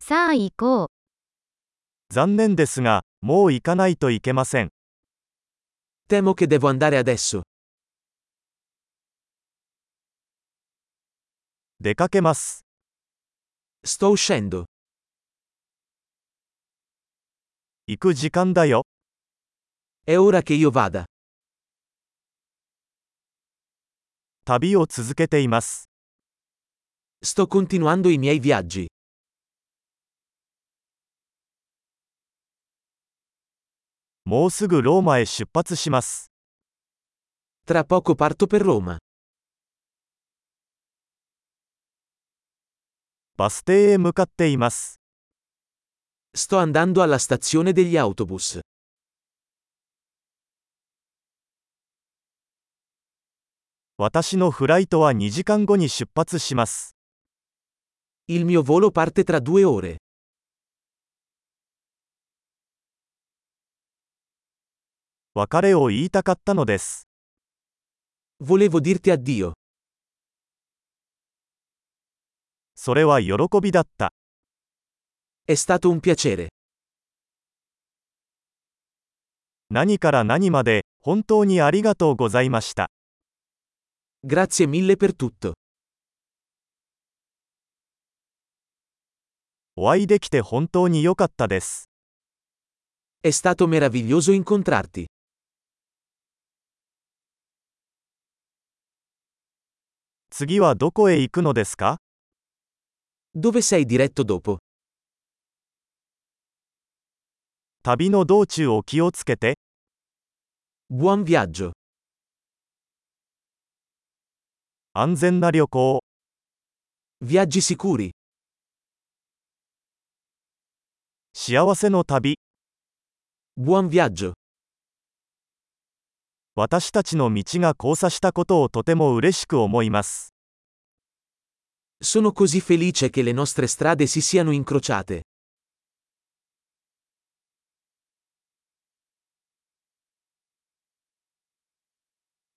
さあ行こう。残念ですが、もう行かないといけません。 Temo che devo andare adesso. 出かけます。 Sto uscendo. 行く時間だよ。 È ora che io vada. 旅を続けています。 Sto continuando i miei viaggi. もうすぐローマへ出発します。 Tra poco parto per Roma. バス停へ向かっています。 Sto andando alla stazione degli autobus. 私のフライトは2時間後に出発します。 Il mio volo parte tra due ore. 別れを言いたかったのです。 Volevo dirti addio. それは喜びだった。 È stato un piacere. 何から何まで、本当にありがとうございました。 Grazie mille per tutto. お会いできて本当に良かったです。 È stato meraviglioso incontrarti. 次はどこへ行くのですか Dove sei diretto dopo? 旅の道中を気をつけて、 Buon viaggio. 安全な旅行を。 Viaggi sicuri. 幸せの旅、 Buon viaggio. 私たちの道が交差したことをとても嬉しく思います。 Sono così felice che le nostre strade si siano incrociate.